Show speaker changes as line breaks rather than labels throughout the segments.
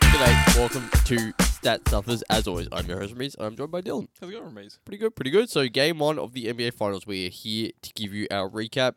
G'day, welcome to Stat Stuffers. As always, I'm your host, Reese. I'm joined by Dylan.
How's it going, Reese?
Pretty good, pretty good. So, game one of the NBA Finals. We are here to give you our recap.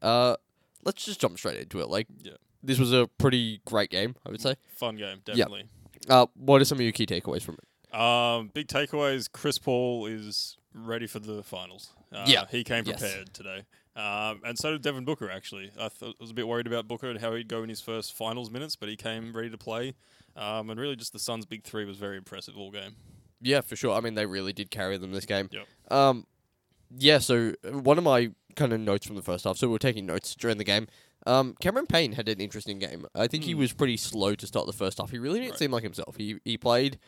Uh, let's just jump straight into it. Like,
Yeah.
this was a pretty great game, I would say.
Fun game, definitely.
Uh, what are some of your key takeaways from it?
Um, big takeaways: Chris Paul is ready for the finals. Uh,
Yeah.
he came
Yes.
prepared today, um, and so did Devin Booker. Actually, I th- was a bit worried about Booker and how he'd go in his first finals minutes, but he came ready to play. Um, and really, just the Suns' big three was very impressive all game.
Yeah, for sure. I mean, they really did carry them this game.
Yep.
Um, yeah. So uh, one of my kind of notes from the first half. So we were taking notes during the game. Um, Cameron Payne had an interesting game. I think he was pretty slow to start the first half. He really didn't
Hmm. Right.
seem like himself. He he played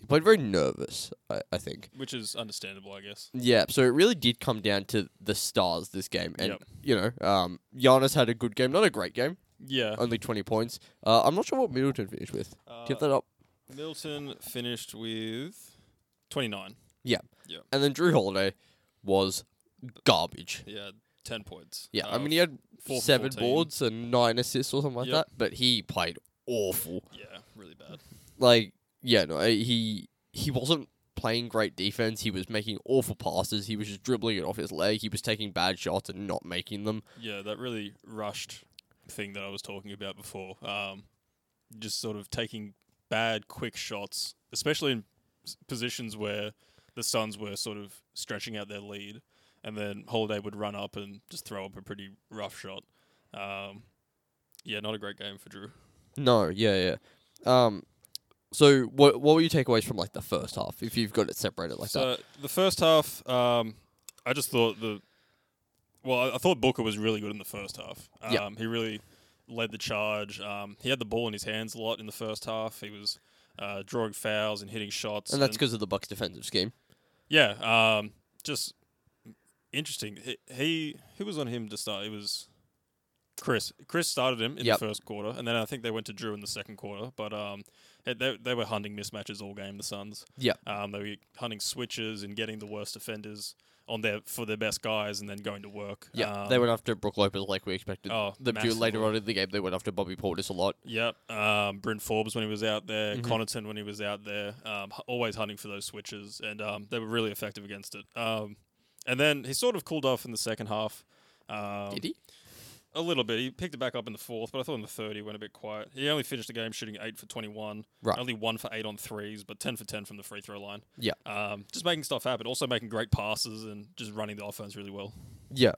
he played very nervous. I, I think.
Which is understandable, I guess.
Yeah, so it really did come down to the stars this game, and
Yep.
you know, um, Giannis had a good game, not a great game,
Yeah.
only twenty points. Uh, I'm not sure what Middleton finished with. Do
Uh,
you have that up?
Milton finished with 29.
Yeah.
Yeah.
And then Drew Holiday was garbage.
Yeah, 10 points.
Yeah, I
Uh,
mean he had
four for
seven
14.
boards and nine assists or something like
Yep.
that, but he played awful.
Yeah, really bad.
Like, yeah, no, he he wasn't playing great defense. He was making awful passes. He was just dribbling it off his leg. He was taking bad shots and not making them.
Yeah, that really rushed thing that I was talking about before. Um, just sort of taking bad, quick shots, especially in s- positions where the Suns were sort of stretching out their lead, and then Holiday would run up and just throw up a pretty rough shot. Um, yeah, not a great game for Drew.
No, yeah, yeah. Um, so what what were your takeaways from like the first half? If you've got it separated like that,
so the first half, um, I just thought the well, I, I thought Booker was really good in the first half. Um,
Yeah.
he really led the charge. Um, he had the ball in his hands a lot in the first half. He was uh, drawing fouls and hitting shots,
and that's because of the Bucks' defensive scheme.
yeah, um, just interesting. He, he who was on him to start? It was Chris. Chris started him in
Yep.
the first quarter, and then I think they went to Drew in the second quarter. But um, eh, they they were hunting mismatches all game. The Suns.
Yeah.
Um, they were hunting switches and getting the worst offenders on their for their best guys, and then going to work.
Yeah,
um,
they went after Brook Lopez like we expected.
oh,
them to later
massively.
on in the game, they went after Bobby Portis a lot.
Yep. Um, Bryn Forbes when he was out there,
Mm-hmm.
Connaughton when he was out there, um, h- always hunting for those switches, and um, they were really effective against it. Um, and then he sort of cooled off in the second half. Um,
Did he?
A little bit. He picked it back up in the fourth, but I thought in the third he went a bit quiet. He only finished the game shooting eight for twenty-one.
Right.
Only one for eight on threes, but ten for ten from the free throw line.
Yeah.
Um, just making stuff happen, also making great passes and just running the offense really well.
Yeah.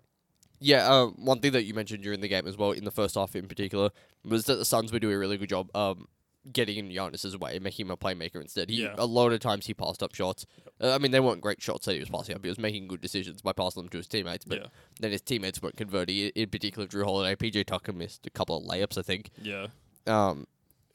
Yeah, um, one thing that you mentioned during the game as well, in the first half in particular, was that the Suns were doing a really good job um, getting in Giannis's way and making him a playmaker instead. He,
Yeah.
A lot of times he passed up shots. Uh, I mean, they weren't great shots that he was passing up. He was making good decisions by passing them to his teammates, but
Yeah.
then his teammates weren't converting. I- In particular, Drew Holiday, PJ Tucker missed a couple of layups, I think.
Yeah.
Um,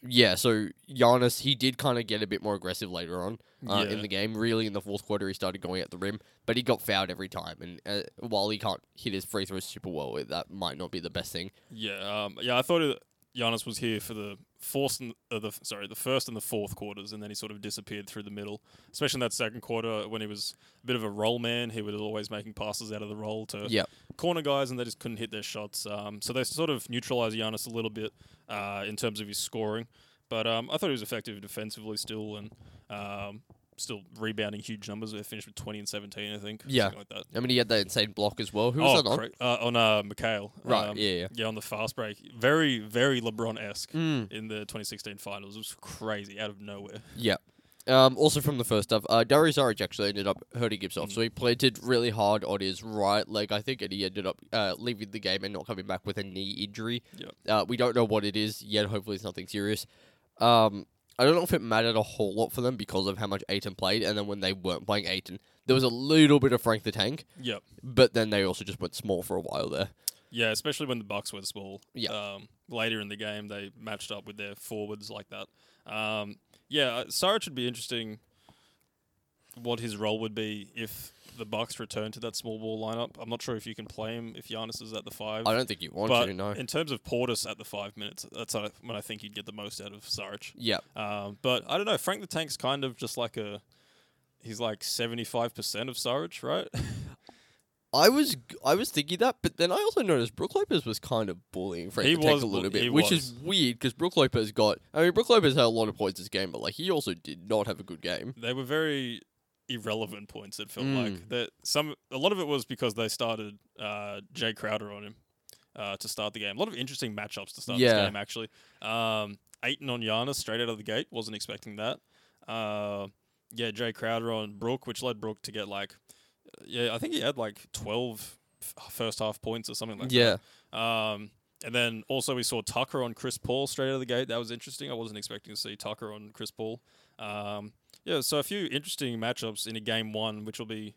yeah, so Giannis, he did kind of get a bit more aggressive later on uh, in
Yeah.
the game. Really, in the fourth quarter, he started going at the rim, but he got fouled every time. And uh, while he can't hit his free throws super well, it- that might not be the best thing.
Yeah, um, yeah. I thought it, Giannis was here for the fourth and uh, the sorry the first and the fourth quarters, and then he sort of disappeared through the middle, especially in that second quarter when he was a bit of a roll man. He was always making passes out of the roll to
Yep.
corner guys, and they just couldn't hit their shots. Um, so they sort of neutralized Giannis a little bit uh, in terms of his scoring, but um, I thought he was effective defensively still, and um, still rebounding huge numbers. They finished with twenty and seventeen, I think.
Yeah.
something like that.
I mean, he had that insane block as well. Who was
oh,
that on?
correct. Uh, on uh, Mikhail.
Right, yeah, yeah.
on the fast break. Very, very LeBron esque
Mm.
in the 2016 finals. It was crazy out of nowhere.
Yeah. Um, also from the first half, uh, Darius Aric actually ended up hurting himself, so he planted really hard on his right leg, I think, and he ended up uh, leaving the game and not coming back with a knee injury.
Yep.
Uh, we don't know what it is yet. Hopefully, it's nothing serious. Um, I don't know if it mattered a whole lot for them because of how much Aiton played, and then when they weren't playing Aiton, there was a little bit of Frank the Tank,
Yep.
but then they also just went small for a while there.
Yeah, especially when the Bucks went small.
Yeah.
Um, later in the game, they matched up with their forwards like that. Um, yeah, uh, Saric would be interesting. What his role would be if the Bucks return to that small ball lineup. I'm not sure if you can play him if Giannis is at the five.
I don't think you want
but
to, no.
in terms of Portis at the five minutes, that's uh, when I think you'd get the most out of Saric.
Yeah,
Um, but I don't know. Frank the Tank's kind of just like a he's like seventy five percent of Saric, right?
I was I was thinking that, but then I also noticed Brook Lopez was kind of bullying Frank
He
the Tank
was
a
bull-
little
he
bit, which is weird because Brook Lopez got. I mean, Brook Lopez had a lot of points this game, but like he also did not have a good game.
they were very irrelevant points. It felt
Mm.
like that some a lot of it was because they started uh, Jay Crowder on him uh, to start the game. A lot of interesting matchups to start
Yeah.
this game actually. Um, Aiton on Giannis straight out of the gate. Wasn't expecting that. Uh, yeah, Jay Crowder on Brook, which led Brook to get like yeah, I think he had like twelve f- first half points or something like that.
yeah,
Um, and then also we saw Tucker on Chris Paul straight out of the gate. That was interesting. I wasn't expecting to see Tucker on Chris Paul. Um, yeah, so a few interesting matchups in a game one, which will be,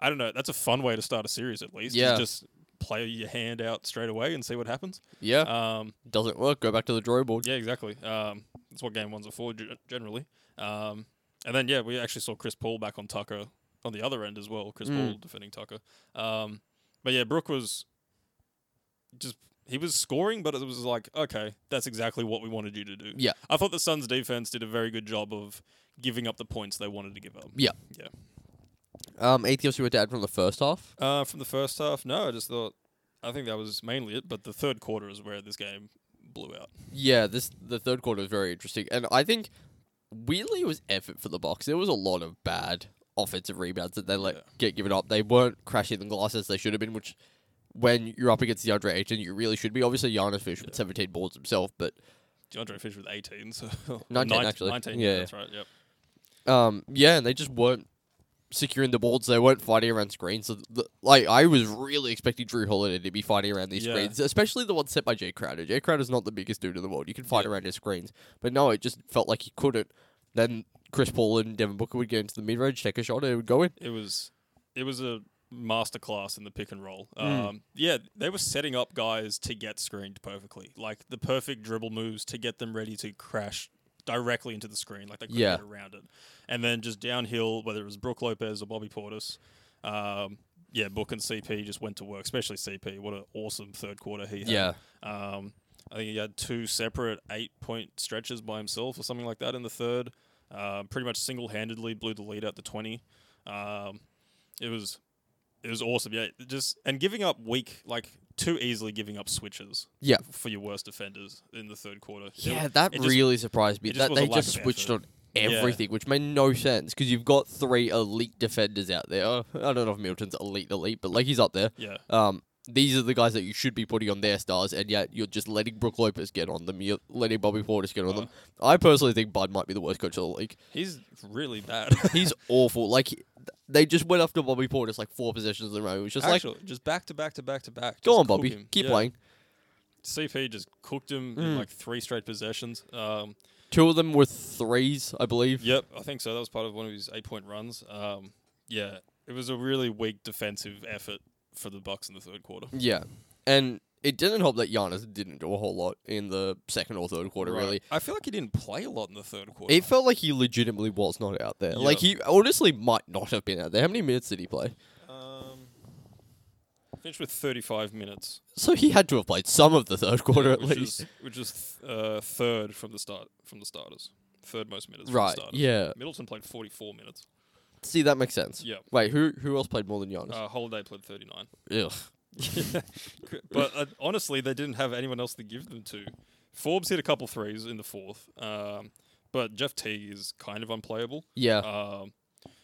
I don't know, that's a fun way to start a series at least. is
Yeah.
Just play your hand out straight away and see what happens.
yeah,
Um,
doesn't work. Go back to the drawing board.
yeah, exactly. Um, that's what game ones are for ge- generally. Um, and then yeah, we actually saw Chris Paul back on Tucker on the other end as well. Chris
Mm.
Paul defending Tucker. Um, but yeah, Brooke was just he was scoring, but it was like okay, that's exactly what we wanted you to do.
Yeah.
I thought the Suns defense did a very good job of giving up the points they wanted to give up.
Yeah.
yeah.
Um, anything else you were to add from the first half?
Uh, from the first half, no, I just thought I think that was mainly it. But the third quarter is where this game blew out.
Yeah, this the third quarter was very interesting, and I think weirdly it was effort for the Bucks. There was a lot of bad offensive rebounds that they let
Yeah.
get given up. They weren't crashing the glass as they should have been, which when you're up against the DeAndre Ayton, you really should be. Obviously, Giannis finished with 17 boards himself, but
DeAndre Fish with 18, so
19, actually.
19,
Yeah,
yeah,
yeah.
that's right. Yep.
um, yeah, and they just weren't securing the boards. They weren't fighting around screens. So the, like I was really expecting Drew Holiday to be fighting around these
Yeah.
screens, especially the ones set by Jay Crowder. Jay Crowder's not the biggest dude in the world. You can fight
Yeah.
around his screens, but no, it just felt like he couldn't. Then Chris Paul and Devin Booker would get into the mid range, take a shot, and it would go in.
It was it was a masterclass in the pick and roll.
Mm.
Um, yeah, they were setting up guys to get screened perfectly, like the perfect dribble moves to get them ready to crash directly into the screen, like they couldn't
Yeah.
get around it. And then just downhill, whether it was Brooke Lopez or Bobby Portis, um, yeah, Book and CP just went to work, especially CP. What an awesome third quarter he had. Um, I think he had two separate eight point stretches by himself or something like that in the third. Um, pretty much single handedly blew the lead out to 20. Um, it was it was awesome. Yeah, it just and giving up weak, like too easily giving up switches
yeah,
for your worst defenders in the third quarter. It-
yeah. That
it just-
really surprised me.
it just
That
was a
they
lack
just
of
switched
effort.
on everything, which made no sense because you've got three elite defenders out there. Oh, I don't know if Milton's elite, elite, but like he's up there.
yeah,
Um, these are the guys that you should be putting on their stars, and yet you're just letting Brook Lopez get on them. You're letting Bobby Portis get on them.
Uh-huh.
I personally think Bud might be the worst coach of the league.
he's really bad.
He's awful. Like he- they just went after Bobby Portis like four possessions in a row. It was just
Actually, just back to back to back to back.
like, go
Just
on,
cook
Bobby,
him.
keep
Yeah.
playing.
CP just cooked him
Mm.
in like three straight possessions. Um,
Two of them were threes, I believe.
Yep, I think so. That was part of one of his eight-point runs. Um, yeah, it was a really weak defensive effort for the Bucks in the third quarter.
Yeah, and it didn't help that Giannis didn't do a whole lot in the second or third quarter.
Right.
Really,
I feel like he didn't play a lot in the third quarter.
it felt like he legitimately was not out there.
Yeah.
Like he honestly might not have been out there. How many minutes did he play?
um, finished with 35 minutes,
So he had to have played some of the third quarter at
which
least.
is which is th- uh, third from the start from the starters, third most minutes. From the
Right.
starters.
Yeah.
Middleton played 44 minutes.
See, that makes sense.
Yeah.
Wait, who who else played more than Giannis?
Uh, Holiday played 39.
Ugh.
but uh, honestly, they didn't have anyone else to give them to. Forbes hit a couple threes in the fourth, um, but Jeff Teague is kind of unplayable,
Yeah.
um,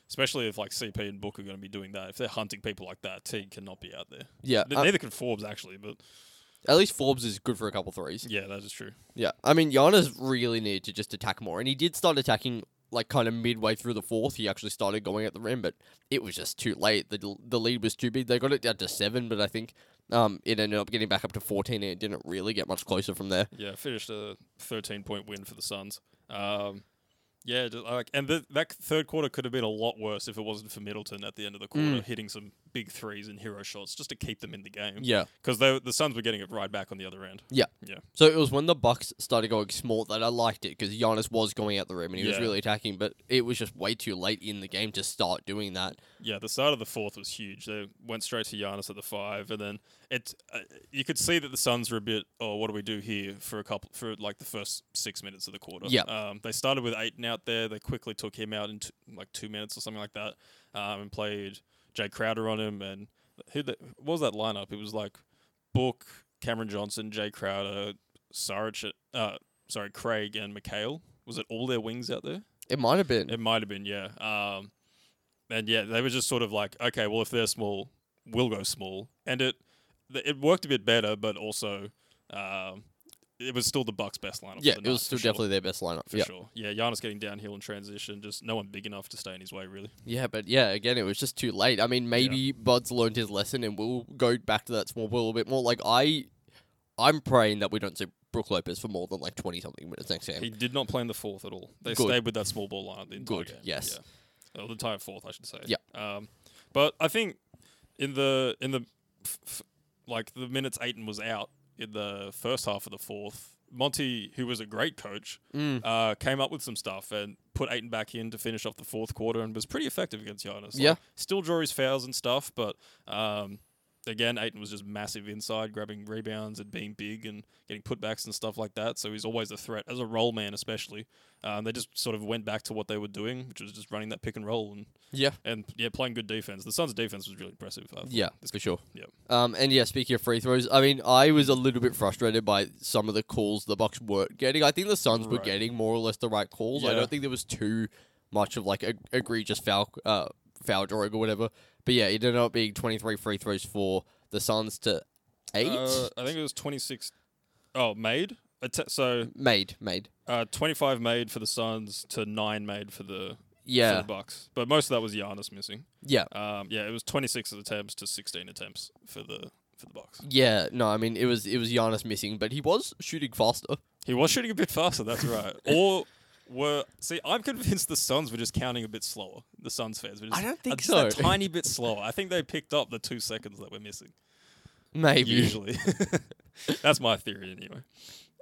especially if like CP and Book are going to be doing that. If they're hunting people like that, Teague cannot be out there.
yeah.
N-
uh,
Neither can Forbes actually, but
at least Forbes is good for a couple threes.
yeah, that is true.
Yeah. I mean, Giannis really needed to just attack more, and he did start attacking like kind of midway through the fourth. He actually started going at the rim, but it was just too late. the The lead was too big. They got it down to seven, but I think um it ended up getting back up to fourteen, and it didn't really get much closer from there.
Yeah, finished a 13 point win for the Suns. Um, yeah, just, like and th- that third quarter could have been a lot worse if it wasn't for Middleton at the end of the quarter hitting some big threes and hero shots just to keep them in the game.
Yeah.
because the the Suns were getting it right back on the other end.
Yeah.
Yeah.
So it was when the Bucks started going small that I liked it because Giannis was going out the rim and he was
Yeah.
really attacking, but it was just way too late in the game to start doing that.
Yeah, the start of the fourth was huge. They went straight to Giannis at the five, and then It's uh, you could see that the Suns were a bit. Oh, what do we do here for a couple for like the first six minutes of the quarter?
Yep.
Um, they started with Aiton out there. They quickly took him out in t- like two minutes or something like that, um, and played Jay Crowder on him. And who the, what was that lineup? It was like Book, Cameron Johnson, Jay Crowder, Saric, uh, sorry, Craig and McHale. Was it all their wings out there?
It might have been.
It might have been, yeah. Um, and yeah, they were just sort of like, okay, well, if they're small, we'll go small. And it th- it worked a bit better, but also um, it was still the Bucks' best lineup.
yeah,
for the
it was
night,
still
for
definitely their best lineup.
sure, for
yeah.
sure. Yeah, Giannis getting downhill in transition, just no one big enough to stay in his way, really.
Yeah, but yeah, again, it was just too late. I mean, maybe Bud's learned his lesson and we'll go back to that small ball a bit more. Like I, I'm praying that we don't see Brook Lopez for more than like twenty something minutes next game.
He did not play in the fourth at all. They
Good.
stayed with that small ball lineup the entire
Good,
game.
yes.
Yeah. Oh, the entire fourth, I should say.
Yep.
Um, but I think in the in the f- f- like the minutes Aiton was out in the first half of the fourth, Monty, who was a great coach,
Mm.
uh, came up with some stuff and put Aiton back in to finish off the fourth quarter and was pretty effective against Giannis. Like,
Yeah.
still drew his fouls and stuff, but um, again, Aiton was just massive inside, grabbing rebounds and being big and getting putbacks and stuff like that. So he's always a threat as a roll man, especially. Um, they just sort of went back to what they were doing, which was just running that pick and roll and
Yeah,
and yeah, playing good defense. The Suns' defense was really impressive. I thought.
yeah,
This-
for sure.
Yep.
Um, and yeah, speaking of free throws, I mean, I was a little bit frustrated by some of the calls the Bucks weren't getting. I think the Suns were
Right.
getting more or less the right calls. I
Yeah.
don't think there was too much of like a, egregious foul, uh, foul drawing or whatever. But yeah, it ended up being twenty three free throws for the Suns to eight
Uh, I think it was twenty six. Oh, made. A te- so
made made.
uh, twenty five made for the Suns to nine made for the for
Yeah,
the Bucks. But most of that was Giannis missing.
yeah,
Um, yeah, it was 26 attempts to 16 attempts for the for the Bucks.
yeah. No, I mean it was it was Giannis missing, but he was shooting faster.
He was shooting a bit faster. That's right. or were see? I'm convinced the Suns were just counting a bit slower. The Suns fans were just,
I don't think
uh, just a
so.
tiny bit slower. I think they picked up the two seconds that we're missing
Maybe.
usually. That's my theory anyway.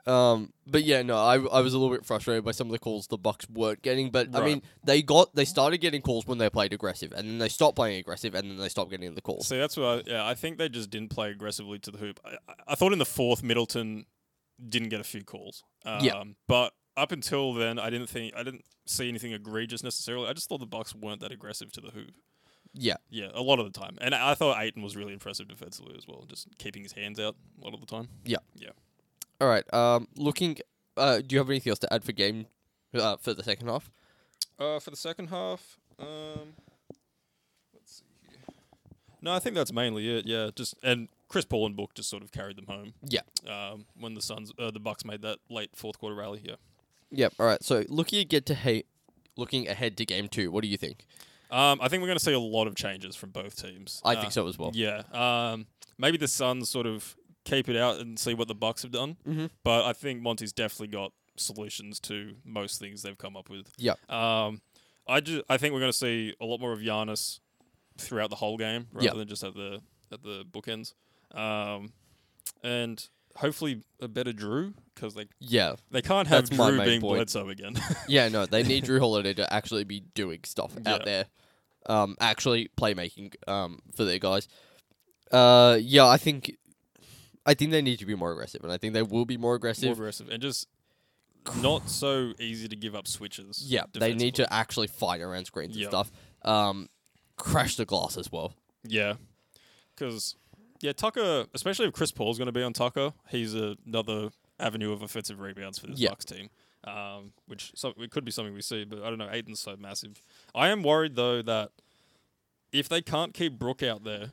Um, but yeah, no, I, I was a little bit frustrated by some of the calls the Bucks weren't getting. But I
Right.
mean, they got they started getting calls when they played aggressive, and then they stopped playing aggressive, and then they stopped getting the calls.
See, that's what I, yeah, I think they just didn't play aggressively to the hoop. I, I- I thought in the fourth, Middleton didn't get a few calls. Um,
Yeah.
But up until then, I didn't think I didn't see anything egregious necessarily. I just thought the Bucks weren't that aggressive to the hoop.
Yeah,
Yeah, a lot of the time, and I I thought Aiton was really impressive defensively as well, just keeping his hands out a lot of the time.
all right. Um, looking, uh, do you have anything else to add for game, uh, for the second half?
Uh, for the second half, um, let's see here. No, I think that's mainly it. Yeah, just and Chris Paul and Book just sort of carried them home.
Yeah.
Um, when the Suns, uh, the Bucks made that late fourth quarter rally. Yeah.
Yep. All right. So looking at get to hate, looking ahead to game two, what do you think?
Um, I think we're going to see a lot of changes from both teams.
I
Uh,
think so as well.
Yeah. Um, maybe the Suns sort of keep it out and see what the Bucks have done.
Mhm.
But I think Monty's definitely got solutions to most things they've come up with.
Yep.
Um, I just I think we're going to see a lot more of Giannis throughout the whole game rather
Yep.
than just at the at the bookends. Um, and hopefully a better Drew because they
Yeah.
they can't have
That's my
Drew
main
being
point.
Bledsoe again.
Yeah, no, they need Drew Holiday to actually be doing stuff out
Yeah.
there. Um, actually playmaking um for their guys. Uh, yeah, I think, I think they need to be more aggressive, and I think they will be more aggressive.
more aggressive and just not so easy to give up switches.
yeah, they need
defensively.
to actually fight around screens
Yeah.
and stuff. Um, crash the glass as well.
Yeah, because yeah, Tucker, especially if Chris Paul's going to be on Tucker, he's a, another avenue of offensive rebounds for this
Yeah.
Bucks team. Um, which so, it could be something we see, but I don't know. Aiden's so massive. I am worried though that if they can't keep Brook out there,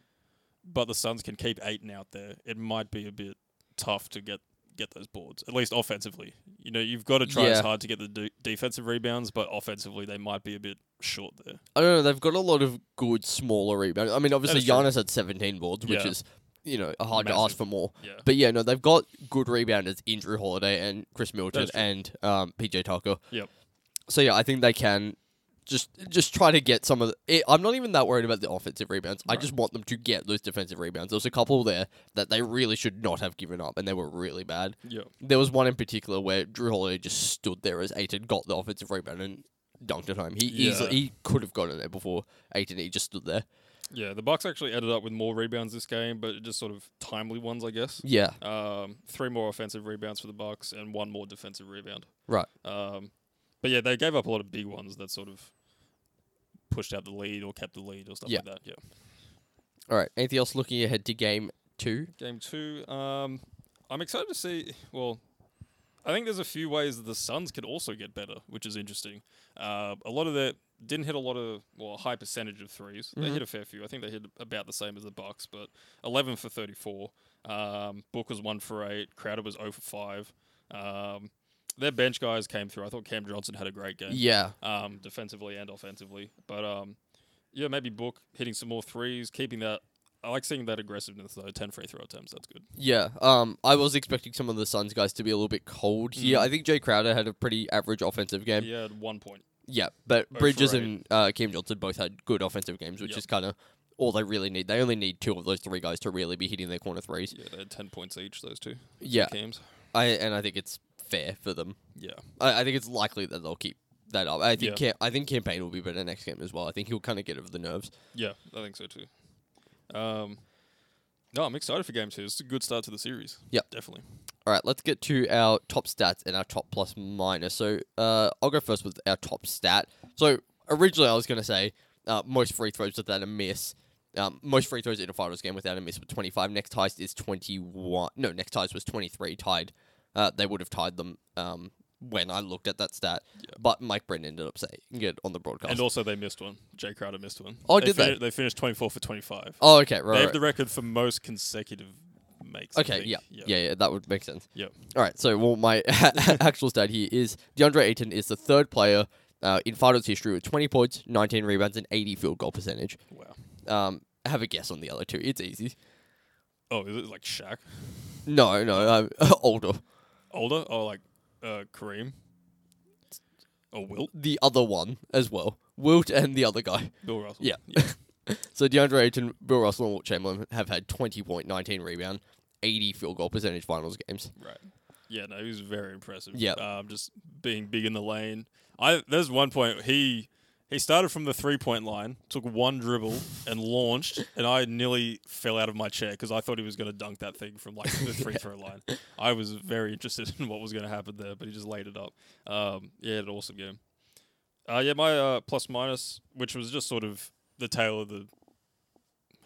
but the Suns can keep Aiden out there, it might be a bit tough to get get those boards. At least offensively, you know, you've got to try as
Yeah.
hard to get the de- defensive rebounds, but offensively they might be a bit short there.
I don't know. They've got a lot of good smaller rebounds. I mean, obviously
is true.
Giannis had 17 boards, which
Yeah.
is you know hard to ask
Massive.
for more.
Yeah,
But yeah, no, they've got good rebounders in Drew Holiday and Chris Milton
That's true.
and um, PJ Tucker.
Yep.
So yeah, I think they can just just try to get some of. The, it, I'm not even that worried about the offensive rebounds. I
Right.
just want them to get those defensive rebounds. There was a couple there that they really should not have given up, and they were really bad.
yeah.
There was one in particular where Drew Holiday just stood there as Aiton got the offensive rebound and dunked it home. He
Yeah.
easily, he could have gotten there before Aiton. He just stood there.
Yeah, the Bucks actually ended up with more rebounds this game, but just sort of timely ones, I guess.
Yeah,
Um, three more offensive rebounds for the Bucks and one more defensive rebound.
right.
Um, but yeah, they gave up a lot of big ones that sort of pushed out the lead or kept the lead or stuff
Yeah.
like that. Yeah.
All right. Anything else looking ahead to game two?
Game two. Um, I'm excited to see. Well, I think there's a few ways that the Suns could also get better, which is interesting. Uh, a lot of their didn't hit a lot of well, a high percentage of 3s They hit a fair few. I think they hit about the same as the Bucks, but 11 for 34. Um, Book was one for eight. Crowder was 0 for five. Um, their bench guys came through. I thought Cam Johnson had a great game
Yeah.
um, defensively and offensively. But um, yeah, maybe Book hitting some more threes, keeping that. I like seeing that aggressiveness though. Ten free throw attempts, that's good.
Yeah, um, I was expecting some of the Suns guys to be a little bit cold
Mm-hmm.
here. I think Jay Crowder had a pretty average offensive game. Yeah,
He had one point.
but
Oh, for
Bridges
eight.
and uh, Cam Johnson both had good offensive games, which
Yep.
is kind of all they really need. They only need two of those three guys to really be hitting their corner threes.
Yeah, they had ten points each. Those two
Yeah,
games.
I and I think it's fair for them.
Yeah,
I, I think it's likely that they'll keep that up. I think
Yeah.
Cam, I think campaign will be better next game as well. I think he'll kind of get over the nerves.
yeah, I think so too. Um, no, I'm excited for game two. It's a good start to the series.
Yep.
definitely.
All right, let's get to our top stats and our top plus minus. So uh, I'll go first with our top stat. So originally I was going to say uh, most free throws without a miss. Um, most free throws in a finals game without a miss were 25. Next highest is 21. No, next highest was 23 tied. Uh, they would have tied them um, when I looked at that stat. But Mike Brennan ended up saying it on the broadcast.
And also, they missed one. Jay Crowder missed one.
Oh,
they
did they?
fini- They finished 24 for 25.
oh, okay,
they
right.
have
right.
the record for most consecutive makes. I
Okay,
think.
yeah,
yeah,
yeah, yeah, that would make sense.
yeah.
All right, so well, my actual stat here is DeAndre Ayton is the third player uh, in finals history with 20 points, 19 rebounds, and 80 field goal percentage.
Wow.
Um, have a guess on the other two. It's easy.
Oh, is it like Shaq?
No, no, i older.
older or like uh, Kareem or Wilt,
The other one as well. Wilt and the other guy.
Bill Russell.
Yeah. So DeAndre Ayton, Bill Russell, and Wilt Chamberlain have had 20 point, 19 rebound, 80 field goal percentage finals games.
right. Yeah, no, he was very impressive.
Yeah.
um, just being big in the lane. I there's one point he he started from the three point line, took one dribble and launched, and I nearly fell out of my chair because I thought he was going to dunk that thing from like the free throw line. I was very interested in what was going to happen there, but he just laid it up. Um, yeah, he had an awesome game. Uh, yeah, my uh, plus minus, which was just sort of the tail of the.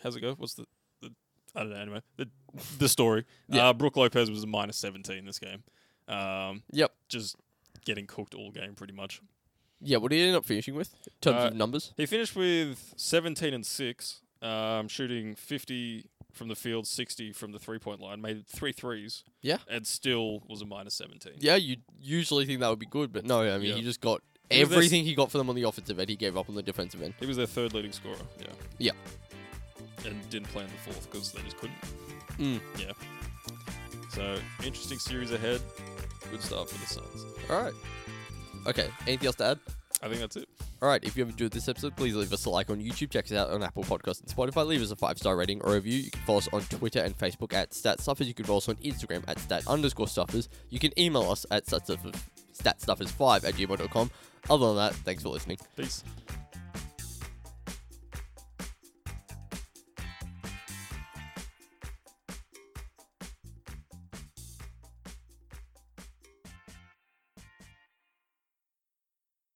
How's it go? What's the, the I don't know. Anyway, the the story.
Yeah.
Uh, Brooke Lopez was a minus seventeen this game. Um,
Yep.
just getting cooked all game pretty much.
Yeah, what did he end up finishing with in terms
Uh,
of numbers?
He finished with seventeen and six, um, shooting fifty from the field, sixty from the three point line. Made three threes.
Yeah.
and still was a minus seventeen.
Yeah, you usually think that would be good, but no, I mean,
Yeah.
he just got
It was this-
everything he got for them on the offensive end, he gave up on the defensive end.
He was their third leading scorer.
Yeah.
Yeah. And didn't play in the fourth because they just couldn't.
Mm.
Yeah. So interesting series ahead. Good start for the Suns.
All right. Okay. Anything else to add?
I think that's it.
All right. If you have enjoyed this episode, please leave us a like on YouTube. Check us out on Apple Podcasts and Spotify. Leave us a five star rating or review. You can follow us on Twitter and Facebook at StatStuffers. You can follow us on Instagram at Stat underscore Stuffers. You can email us at StatStuffers, statstuffers5 at gmail.com. Other than that, thanks for listening.
Peace.